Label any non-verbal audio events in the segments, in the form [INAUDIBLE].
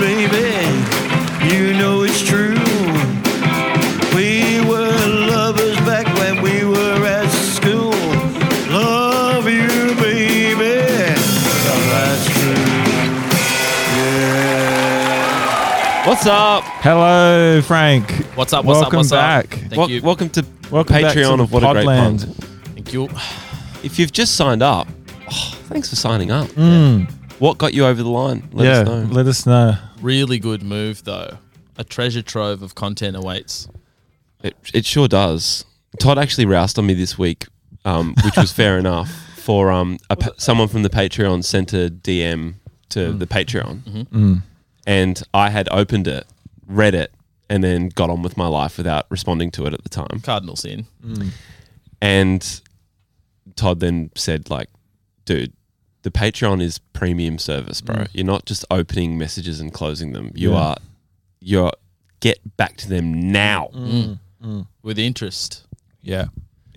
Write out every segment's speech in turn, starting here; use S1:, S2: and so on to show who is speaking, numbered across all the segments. S1: baby, you know it's true. We were lovers back when we were at school. Love you, baby. That's true. Yeah.
S2: What's up?
S3: Hello, Frank.
S2: What's up? What's
S3: Welcome
S2: up? What's
S3: back.
S2: up? Thank
S4: Wel-
S2: you.
S4: Welcome to
S3: Welcome back
S4: Patreon
S3: to
S4: of What a Great Punk.
S3: Podland.
S2: Thank you.
S4: If you've just signed up, oh, thanks for signing up.
S3: Mm,
S4: What got you over the line? Let
S3: yeah,
S4: us know.
S3: let us know.
S2: Really good move though. A treasure trove of content awaits.
S4: It, it sure does. Todd actually roused on me this week, um, which was fair [LAUGHS] enough. For um, a, pa- someone from the Patreon sent a DM to
S2: Mm.
S4: the Patreon,
S2: Mm-hmm.
S3: Mm.
S4: and I had opened it, read it, and then got on with my life without responding to it at the time.
S2: Cardinal sin.
S4: And Todd then said, like, dude, the Patreon is premium service, bro. You're not just opening messages and closing them. You
S3: Mm. Yeah.
S4: are you're get back to them now.
S3: Mm.
S2: With interest.
S3: Yeah.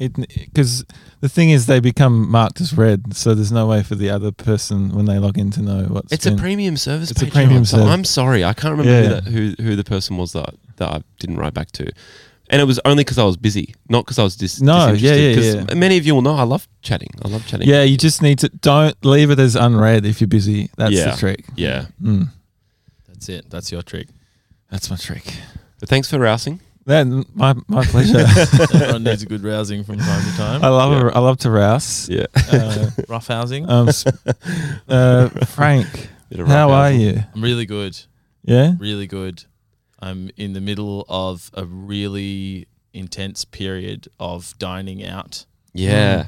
S3: Because the thing is, they become marked as red, so there's no way for the other person when they log in to know what's.
S4: It's
S3: been-
S4: a premium service.
S3: It's a
S4: Patreon.
S3: premium
S4: So
S3: service.
S4: I'm sorry, I can't remember
S3: Yeah.
S4: who, that, who who the person was that that I didn't write back to, and it was only because I was busy, not because I was dis-
S3: No, yeah,
S4: disinterested,
S3: yeah,
S4: 'cause Many of you will know I love chatting. I love chatting.
S3: Yeah, you just need to don't leave it as unread if you're busy. That's
S4: Yeah.
S3: the trick.
S4: yeah.
S3: Mm,
S2: That's it. That's your trick.
S3: that's my trick.
S4: But thanks for rousing.
S3: That my my pleasure.
S4: [LAUGHS]
S2: Everyone needs a good rousing from time to
S3: I
S2: time.
S3: love a- I love to rouse.
S4: [LAUGHS] Yeah.
S3: Uh,
S2: Rough housing.
S4: [LAUGHS]
S3: um, s- uh, Frank,
S4: Bit of
S3: how
S4: rough
S3: are
S4: housing.
S3: you?
S2: I'm really good.
S3: Yeah.
S2: Really good. I'm in the middle of a really intense period of dining out,
S4: Yeah.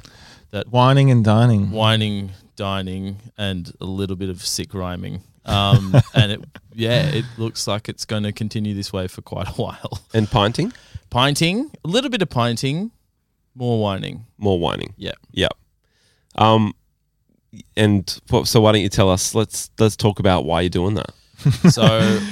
S3: Mm. Whining and dining.
S2: whining, dining, and a little bit of sick rhyming. Um, and it, yeah, it looks like it's going to continue this way for quite a [LAUGHS] while.
S4: And pinting,
S2: Pinting, a little bit of pinting, more whining.
S4: more whining.
S2: Yeah.
S4: Yeah. Um, and wha- so why don't you tell us? Let's let's talk about why you're doing
S3: [LAUGHS]
S4: that.
S2: [LAUGHS] So,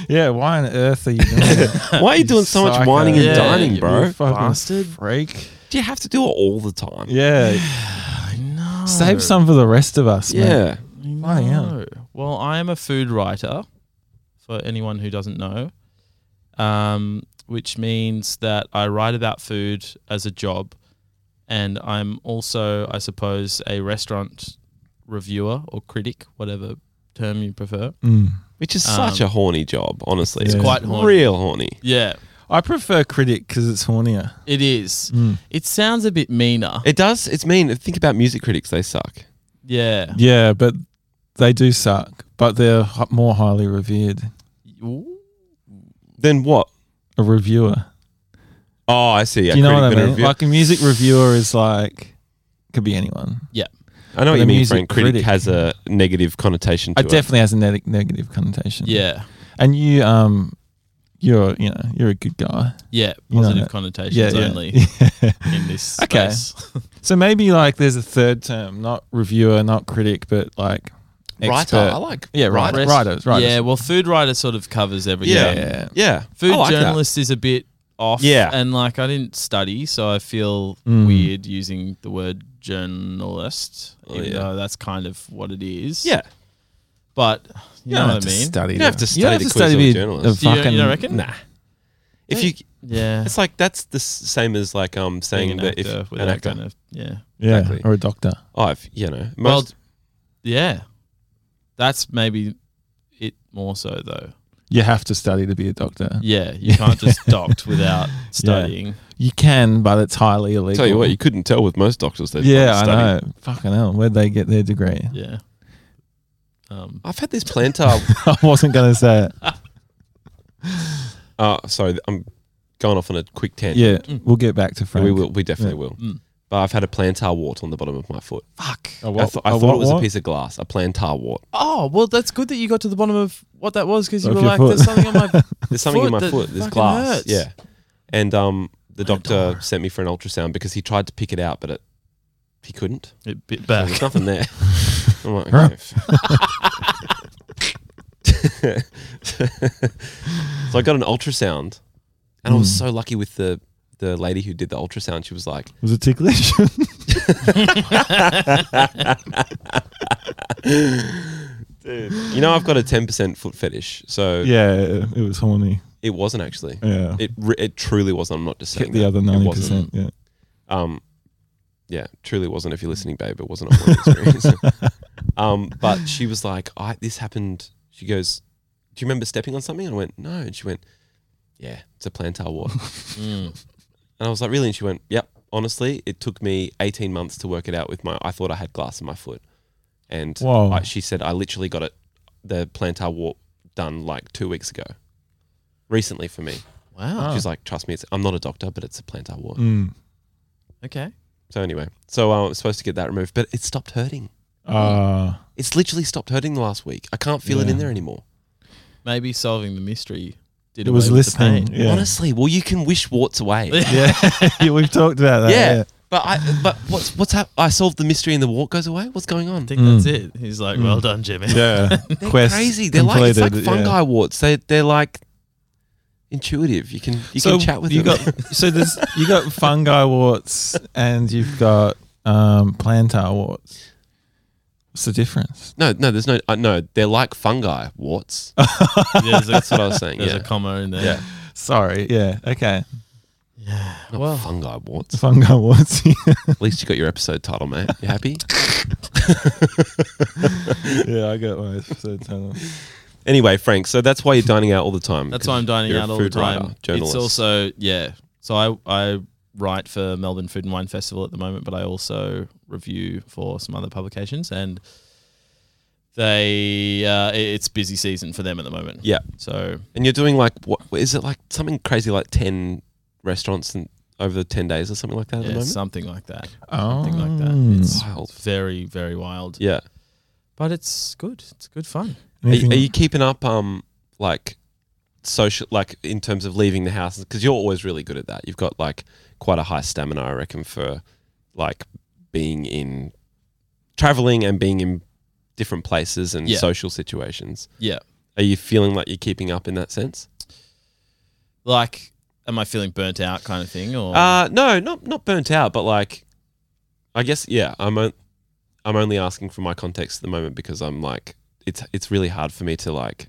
S3: Yeah. Why on earth are you
S4: [LAUGHS]
S3: doing that?
S4: Why are you doing so much
S3: Psycho.
S4: whining and
S2: Yeah,
S4: dining,
S2: you
S4: bro?
S3: fucking
S2: bastard.
S3: freak.
S4: Do you have to do it all the time? [SIGHS]
S3: Yeah.
S2: I know.
S3: Save some for the rest of us. man.
S4: Yeah.
S2: I
S3: Bloody hell.
S2: know. Well, I am a food writer, for anyone who doesn't know, um, which means that I write about food as a job, and I'm also, I suppose, a restaurant reviewer or critic, whatever term you prefer.
S3: Mm.
S4: Which is
S2: Um,
S4: such a horny job, honestly.
S3: It's
S2: quite horny.
S4: Real horny.
S2: Yeah,
S3: I prefer critic because it's hornier.
S2: it is.
S3: Mm.
S2: It sounds a bit meaner.
S4: It does. It's mean. Think about music critics. They suck.
S2: yeah.
S3: Yeah, but they do suck. But they're h- more highly revered.
S2: Ooh.
S4: Then what?
S3: A reviewer.
S4: Oh, I see. A
S3: do you know
S4: critic
S3: what I
S4: than a
S3: mean?
S4: review-
S3: Like a music reviewer is like could be anyone.
S4: I know
S3: but
S4: what
S3: a
S4: you mean,
S3: music
S4: Frank. Critic,
S3: critic-
S4: has a negative connotation to
S3: It
S4: it.
S3: definitely has a neg- negative connotation.
S2: Yeah,
S3: and you um, you're you know you're a good guy.
S2: yeah.
S3: You know
S2: Positive
S3: that.
S2: connotations
S3: Yeah,
S4: [LAUGHS]
S3: yeah.
S2: only
S3: yeah.
S2: in this
S3: Okay.
S2: space.
S3: so maybe like there's a third term, not reviewer, not critic, but like expert.
S4: Writer. I like.
S3: Yeah, right.
S4: writer.
S3: Writers. Writers.
S2: Yeah, well, food writer sort of covers everything.
S4: Yeah.
S3: yeah.
S4: Yeah.
S2: Food
S4: I like that.
S2: journalist is a bit off.
S4: Yeah.
S2: And like, I didn't study, so I feel
S3: Mm.
S2: weird using the word journalist,
S4: Oh,
S2: even
S4: yeah.
S2: though that's kind of what it is.
S4: Yeah.
S2: But you know what I mean?
S3: Study
S4: You don't have to study
S3: You don't have
S4: to
S3: to
S4: quiz
S3: study
S4: on a
S3: to be
S4: journalist.
S3: a
S2: Do you- you
S3: fucking.
S2: don't reckon?
S4: Nah. If you,
S2: Yeah.
S4: it's like that's the s- same as like um saying
S2: Being an
S4: that if
S2: actor
S4: an
S2: without
S4: actor,
S2: kind of- yeah.
S3: Yeah,
S4: Exactly.
S3: or a doctor.
S4: oh, if, you know, most,
S2: Well, yeah. That's maybe it more so, though.
S3: You have to study to be a doctor.
S2: [LAUGHS] Yeah. You can't just doct without studying.
S3: You can, but it's highly illegal.
S4: tell you what, you couldn't tell with most doctors. They
S3: yeah, I
S4: study.
S3: know. Fucking hell, where'd they get their degree?
S2: Yeah. Um,
S4: I've had this plantar.
S3: [LAUGHS] I wasn't gonna say it.
S4: uh, sorry, I'm going off on a quick tangent.
S3: Yeah,
S2: Mm.
S3: we'll get back to Frank.
S4: we will. We definitely will.
S2: Mm.
S4: But I've had a plantar wart on the bottom of my foot.
S2: Fuck.
S3: A
S4: I,
S3: what-
S4: thought I
S3: a
S4: thought
S3: what-
S4: it was a
S3: what?
S4: piece of glass, a plantar wart.
S2: Oh, well, that's good that you got to the bottom of what that was because you
S3: Of
S2: were
S3: your
S2: like,
S3: foot.
S2: there's something
S3: [LAUGHS]
S2: on my.
S4: There's something in
S2: Foot
S4: my
S2: that
S4: foot. There's
S2: fucking
S4: glass.
S2: hurts.
S4: Yeah. And um, the
S2: Plantar.
S4: doctor sent me for an ultrasound because he tried to pick it out, but it he couldn't.
S2: It bit
S4: So
S2: back.
S4: there's nothing
S3: [LAUGHS]
S4: there. I'm like, okay. [LAUGHS] so I got an ultrasound, and I was
S3: Hmm.
S4: so lucky with the the lady who did the ultrasound. She was like,
S3: Was
S4: [LAUGHS]
S3: it ticklish?
S4: "Dude, You know, I've got a 10% foot fetish, so
S3: [LAUGHS] Yeah, it was horny.
S4: it wasn't actually.
S3: Yeah.
S4: It re- it truly wasn't. I'm not just saying
S3: Get the
S4: that.
S3: other
S4: It
S3: 90%.
S4: wasn't.
S3: Yeah.
S4: Um, yeah, truly wasn't. If you're listening, babe, it wasn't a horny experience. um, but she was like, I, "This happened." She goes, "Do you remember stepping on something?" And I went, "No." And she went, "Yeah, it's a plantar wart."
S2: Mm.
S4: And I was like, really? And she went, yep. Honestly, it took me 18 months to work it out with my. I thought I had glass in my foot. And
S3: Whoa.
S4: I, she said, I literally got it, the plantar warp done like two weeks ago, recently for me.
S2: [LAUGHS] Wow.
S4: She's like, trust me, it's, I'm not a doctor, but it's a plantar warp.
S3: Mm.
S2: Okay.
S4: So anyway, so uh, I was supposed to get that removed, but it stopped hurting.
S3: Uh,
S4: It's literally stopped hurting the last week. I can't feel it
S3: Yeah.
S4: in there anymore.
S2: Maybe solving the mystery did
S3: it was
S2: away with the
S3: listening.
S2: pain.
S3: Yeah.
S4: Honestly, well, you can wish warts away.
S3: [LAUGHS]
S2: [LAUGHS]
S3: yeah, we've talked about that.
S4: yeah. But I, but what's what's hap- I solved the mystery and the wart goes away. What's going on?
S2: I think that's it. He's like, well
S3: Hmm. [LAUGHS]
S2: done, Jimmy.
S3: Yeah.
S4: They're
S3: Quest
S4: crazy. They're like it's like
S3: completed, yeah.
S4: fungi warts. They they're like intuitive. You can you can chat with
S3: you
S4: them.
S3: Got, so there's you got fungi warts and you've got um, plantar warts. What's the difference?
S4: [LAUGHS] no, no, there's no uh, no. They're like fungi warts.
S2: There's, a,
S4: That's what I was saying.
S2: [LAUGHS] there's
S4: yeah,
S2: a comma in there.
S4: Yeah.
S3: Sorry. Yeah. Okay.
S4: Not
S2: Well-
S4: fungi warts.
S3: Fungi warts. [LAUGHS]
S4: At least you got your episode title, mate. You happy? [LAUGHS]
S3: yeah, I got my episode title.
S4: anyway, Frank. So that's why you're dining out all the time.
S2: That's why I'm dining
S4: you're a
S2: out all the
S4: food writer,
S2: time.
S4: journalist.
S2: It's also yeah. So I I write for Melbourne Food and Wine Festival at the moment, but I also review for some other publications, and they uh, i- it's busy season for them at the moment.
S4: yeah,
S2: So
S4: and you're doing like what is it like something crazy like ten restaurants and over the ten days or something like that at the
S2: yeah,
S4: moment. Mm.
S2: something like that.
S3: Oh.
S2: Something like that. It's
S4: Wild.
S2: very very wild,
S4: Yeah.
S2: but it's good. It's good fun.
S4: Are, you-
S3: Anything-
S4: are you keeping up, um, like social, like in terms of leaving the house? Because you're always really good at that. You've got like quite a high stamina, I reckon, for like being in traveling and being in different places and
S2: Yeah.
S4: social situations.
S2: Yeah.
S4: Are you feeling like you're keeping up in that sense?
S2: Like, am I feeling burnt out, kind of thing, or
S4: Uh, no, not not burnt out, but like, I guess yeah. I'm on, I'm only asking for my context at the moment because I'm like, it's it's really hard for me to like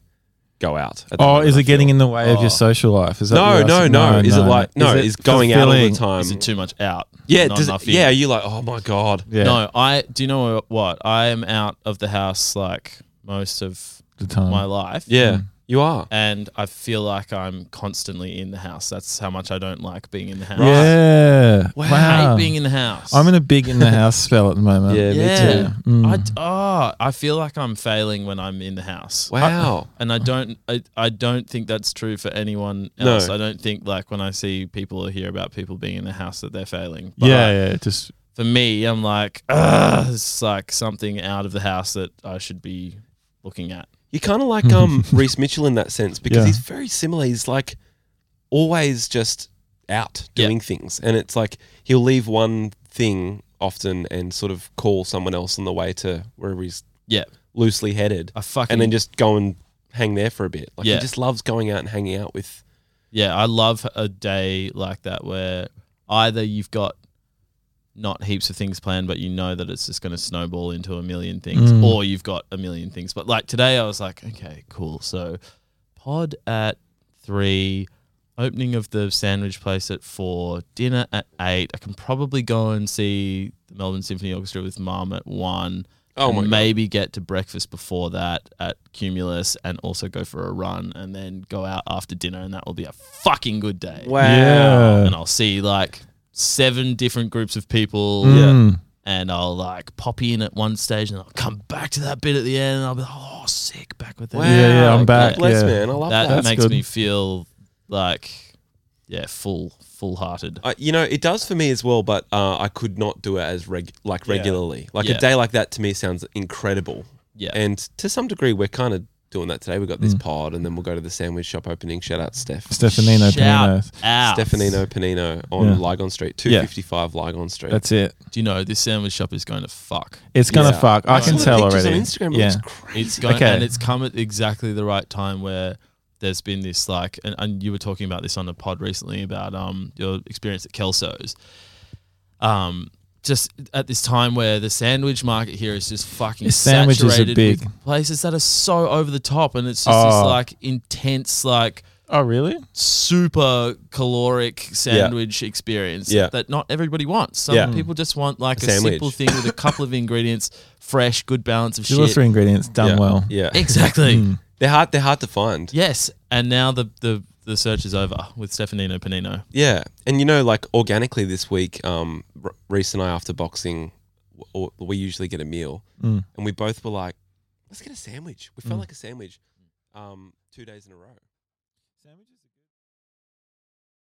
S4: go out. at the
S3: Oh,
S4: moment,
S3: is
S4: I
S3: it
S4: feel.
S3: getting in the way of
S2: Oh.
S3: your social life? Is that
S4: No,
S3: what you're
S4: no,
S3: asking?
S4: no, Is it like no?
S3: it
S4: Is, going out all the
S3: fulfilling?
S4: time?
S2: is it too much out?
S4: yeah,
S2: Not
S4: does
S2: enough
S4: it,
S2: in?
S4: yeah. You're like, oh my god.
S3: Yeah,
S2: No, I do you know what? I am out of the house like most of
S3: the time.
S2: my life.
S4: Yeah, you are.
S2: And I feel like I'm constantly in the house. That's how much I don't like being in the house.
S3: Yeah. Wow.
S2: I hate being in the house.
S3: I'm in a big in the house spell at the moment.
S4: Yeah, me too.
S2: yeah.
S3: Mm.
S2: I d- oh, I feel like I'm failing when I'm in the house.
S4: Wow.
S2: And I don't I, I don't think that's true for anyone
S4: No.
S2: else. I don't think like when I see people or hear about people being in the house that they're failing.
S3: yeah, yeah. Just
S2: for me, I'm like, "Ugh, it's like something out of the house that I should be looking at.
S4: You're kind of like
S3: [LAUGHS]
S4: um Reese Mitchell in that sense because
S3: Yeah.
S4: he's very similar. He's like always just out
S2: Yeah.
S4: doing things, and it's like he'll leave one thing often and sort of call someone else on the way to wherever he's
S2: Yeah,
S4: loosely headed,
S2: I fucking
S4: and then just go and hang there for a bit. Like
S2: Yeah.
S4: he just loves going out and hanging out with.
S2: yeah, I love a day like that where either you've got not heaps of things planned, but you know that it's just going to snowball into a million things,
S3: Mm.
S2: or you've got a million things. But like today, I was like, okay, cool. So pod at three, opening of the sandwich place at four, dinner at eight. I can probably go and see the Melbourne Symphony Orchestra with mum at one.
S4: Oh my
S2: and
S4: God.
S2: maybe get to breakfast before that at Cumulus and also go for a run and then go out after dinner and that will be a fucking good day.
S3: yeah.
S2: And I'll see like seven different groups of people
S3: Mm.
S2: and I'll like pop in at one stage and I'll come back to that bit at the end and I'll be like, oh, sick, back with them.
S4: Wow.
S3: Yeah, yeah, I'm
S4: God
S3: back,
S4: Bless
S3: yeah.
S4: man. I love
S2: That,
S4: that.
S3: That's
S2: makes
S3: good.
S2: me feel like, yeah, full, full hearted.
S4: I, you know, it does for me as well, but uh, I could not do it as reg- like regularly. Like
S2: Yeah.
S4: a day like that to me sounds incredible,
S2: Yeah.
S4: and to some degree, we're kind of doing that today. We've got
S3: Mm.
S4: this pod, and then we'll go to the sandwich shop opening. Shout out Steph,
S3: Stefanino
S2: Shout
S3: Pianos.
S2: out.
S4: Stefanino Panino on
S3: Yeah.
S4: Lygon Street, two
S3: Yeah.
S4: fifty five Lygon Street.
S3: That's it.
S2: Do you know this sandwich shop is going to fuck?
S3: It's gonna
S4: Yeah.
S3: fuck. I
S2: Right.
S3: can
S4: Some of the
S3: tell
S4: pictures
S3: already.
S4: On Instagram
S3: yeah.
S4: looks crazy.
S2: It's going,
S3: Okay.
S2: and it's come at exactly the right time where there's been this like, and, and you were talking about this on a pod recently about um your experience at Kelso's, um, just at this time where the sandwich market here is just fucking
S3: The sandwiches are
S2: saturated
S3: big.
S2: with places that are so over the top, and it's just this
S3: Oh.
S2: like intense, like
S3: Oh, really?
S2: super caloric sandwich experience
S4: Yeah.
S2: that not everybody wants. Some
S4: Yeah.
S2: people just want like a,
S4: Sandwich.
S2: simple thing with a couple of ingredients, fresh, good balance of
S3: Two or
S2: shit.
S3: three ingredients done
S4: yeah.
S3: well. Mm.
S4: Yeah,
S3: [LAUGHS]
S2: Exactly.
S4: they're hard. They're hard to find.
S2: yes. And now the the the search is over with Stefanino Panino.
S4: Yeah, and you know, like organically this week, um, R- Reese and I after boxing, w- or- we usually get a meal,
S3: Mm.
S4: and we both were like, "Let's get a sandwich." We felt like a sandwich, um, two days in a row.
S3: Sandwiches